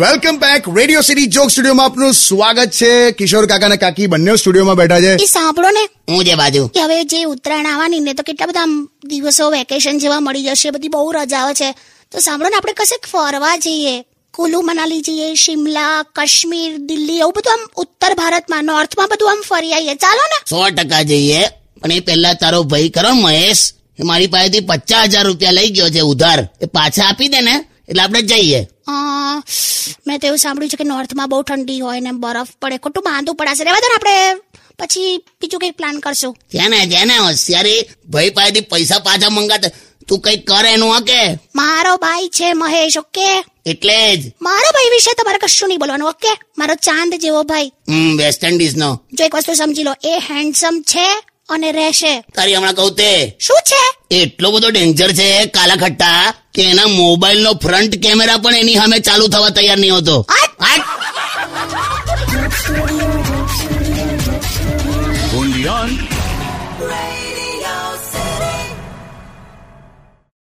Welcome back Radio City joke સ્ટુડિયોમાં આપનું સ્વાગત છે કિશોર કાકા અને કાકી બંને સ્ટુડિયોમાં બેઠા છે એ સાંભળો ને હું જે બાજુ કે હવે જે ઉત્તરાયણ આવવાની ને તો કેટલા બધા આમ દિવસો વેકેશન જેવા મળી જશે બધી બહુ રજાઓ છે તો સાંભળો ને આપણે કશેક ફરવા જઈએ કુલુ મનાલી જઈએ શિમલા કાશ્મીર દિલ્હી એવું બધું આમ ઉત્તર ભારતમાં નોર્થમાં બધું આમ ફરી આવીએ ચાલો ને સો ટકા જઈએ પણ એ પહેલા તારો ભાઈ કરો મહેશ એ મારી પાસેથી પચાસ હજાર રૂપિયા લઈ ગયો છે ઉધાર એ પાછા આપી દે ને એટલે આપણે જઈએ અ, મેં તો એવું સાંભળ્યું છે કે નોર્થમાં બહુ ઠંડી હોય ને બરફ પડે ખોટું બાંધવું પડાશે રહેવા દો ને આપણે પછી બીજું કંઈક પ્લાન કરશું છે ને છે ને હોશિયારી ભાઈ પાસેથી પૈસા પાછા મંગાતા તું કઈ કરે એનું હકે મારો ભાઈ છે મહેશ ઓકે એટલે જ મારા ભાઈ વિશે તમારે કશું નહીં બોલવાનું ઓકે મારો ચાંદ જેવો ભાઈ હમ વેસ્ટ ઇન્ડિઝ નો જો એક વસ્તુ સમજી લો એ હેન્ડસમ છે અને રહેશે તારી હમણાં કહું તે શું છે એટલો બધો ડેન્જર છે કાલા ખટ્ટા કે એના મોબાઈલ નો ફ્રન્ટ કેમેરા પણ એની સામે ચાલુ થવા તૈયાર નહીં હોતો આટ! આટ! Only on Radio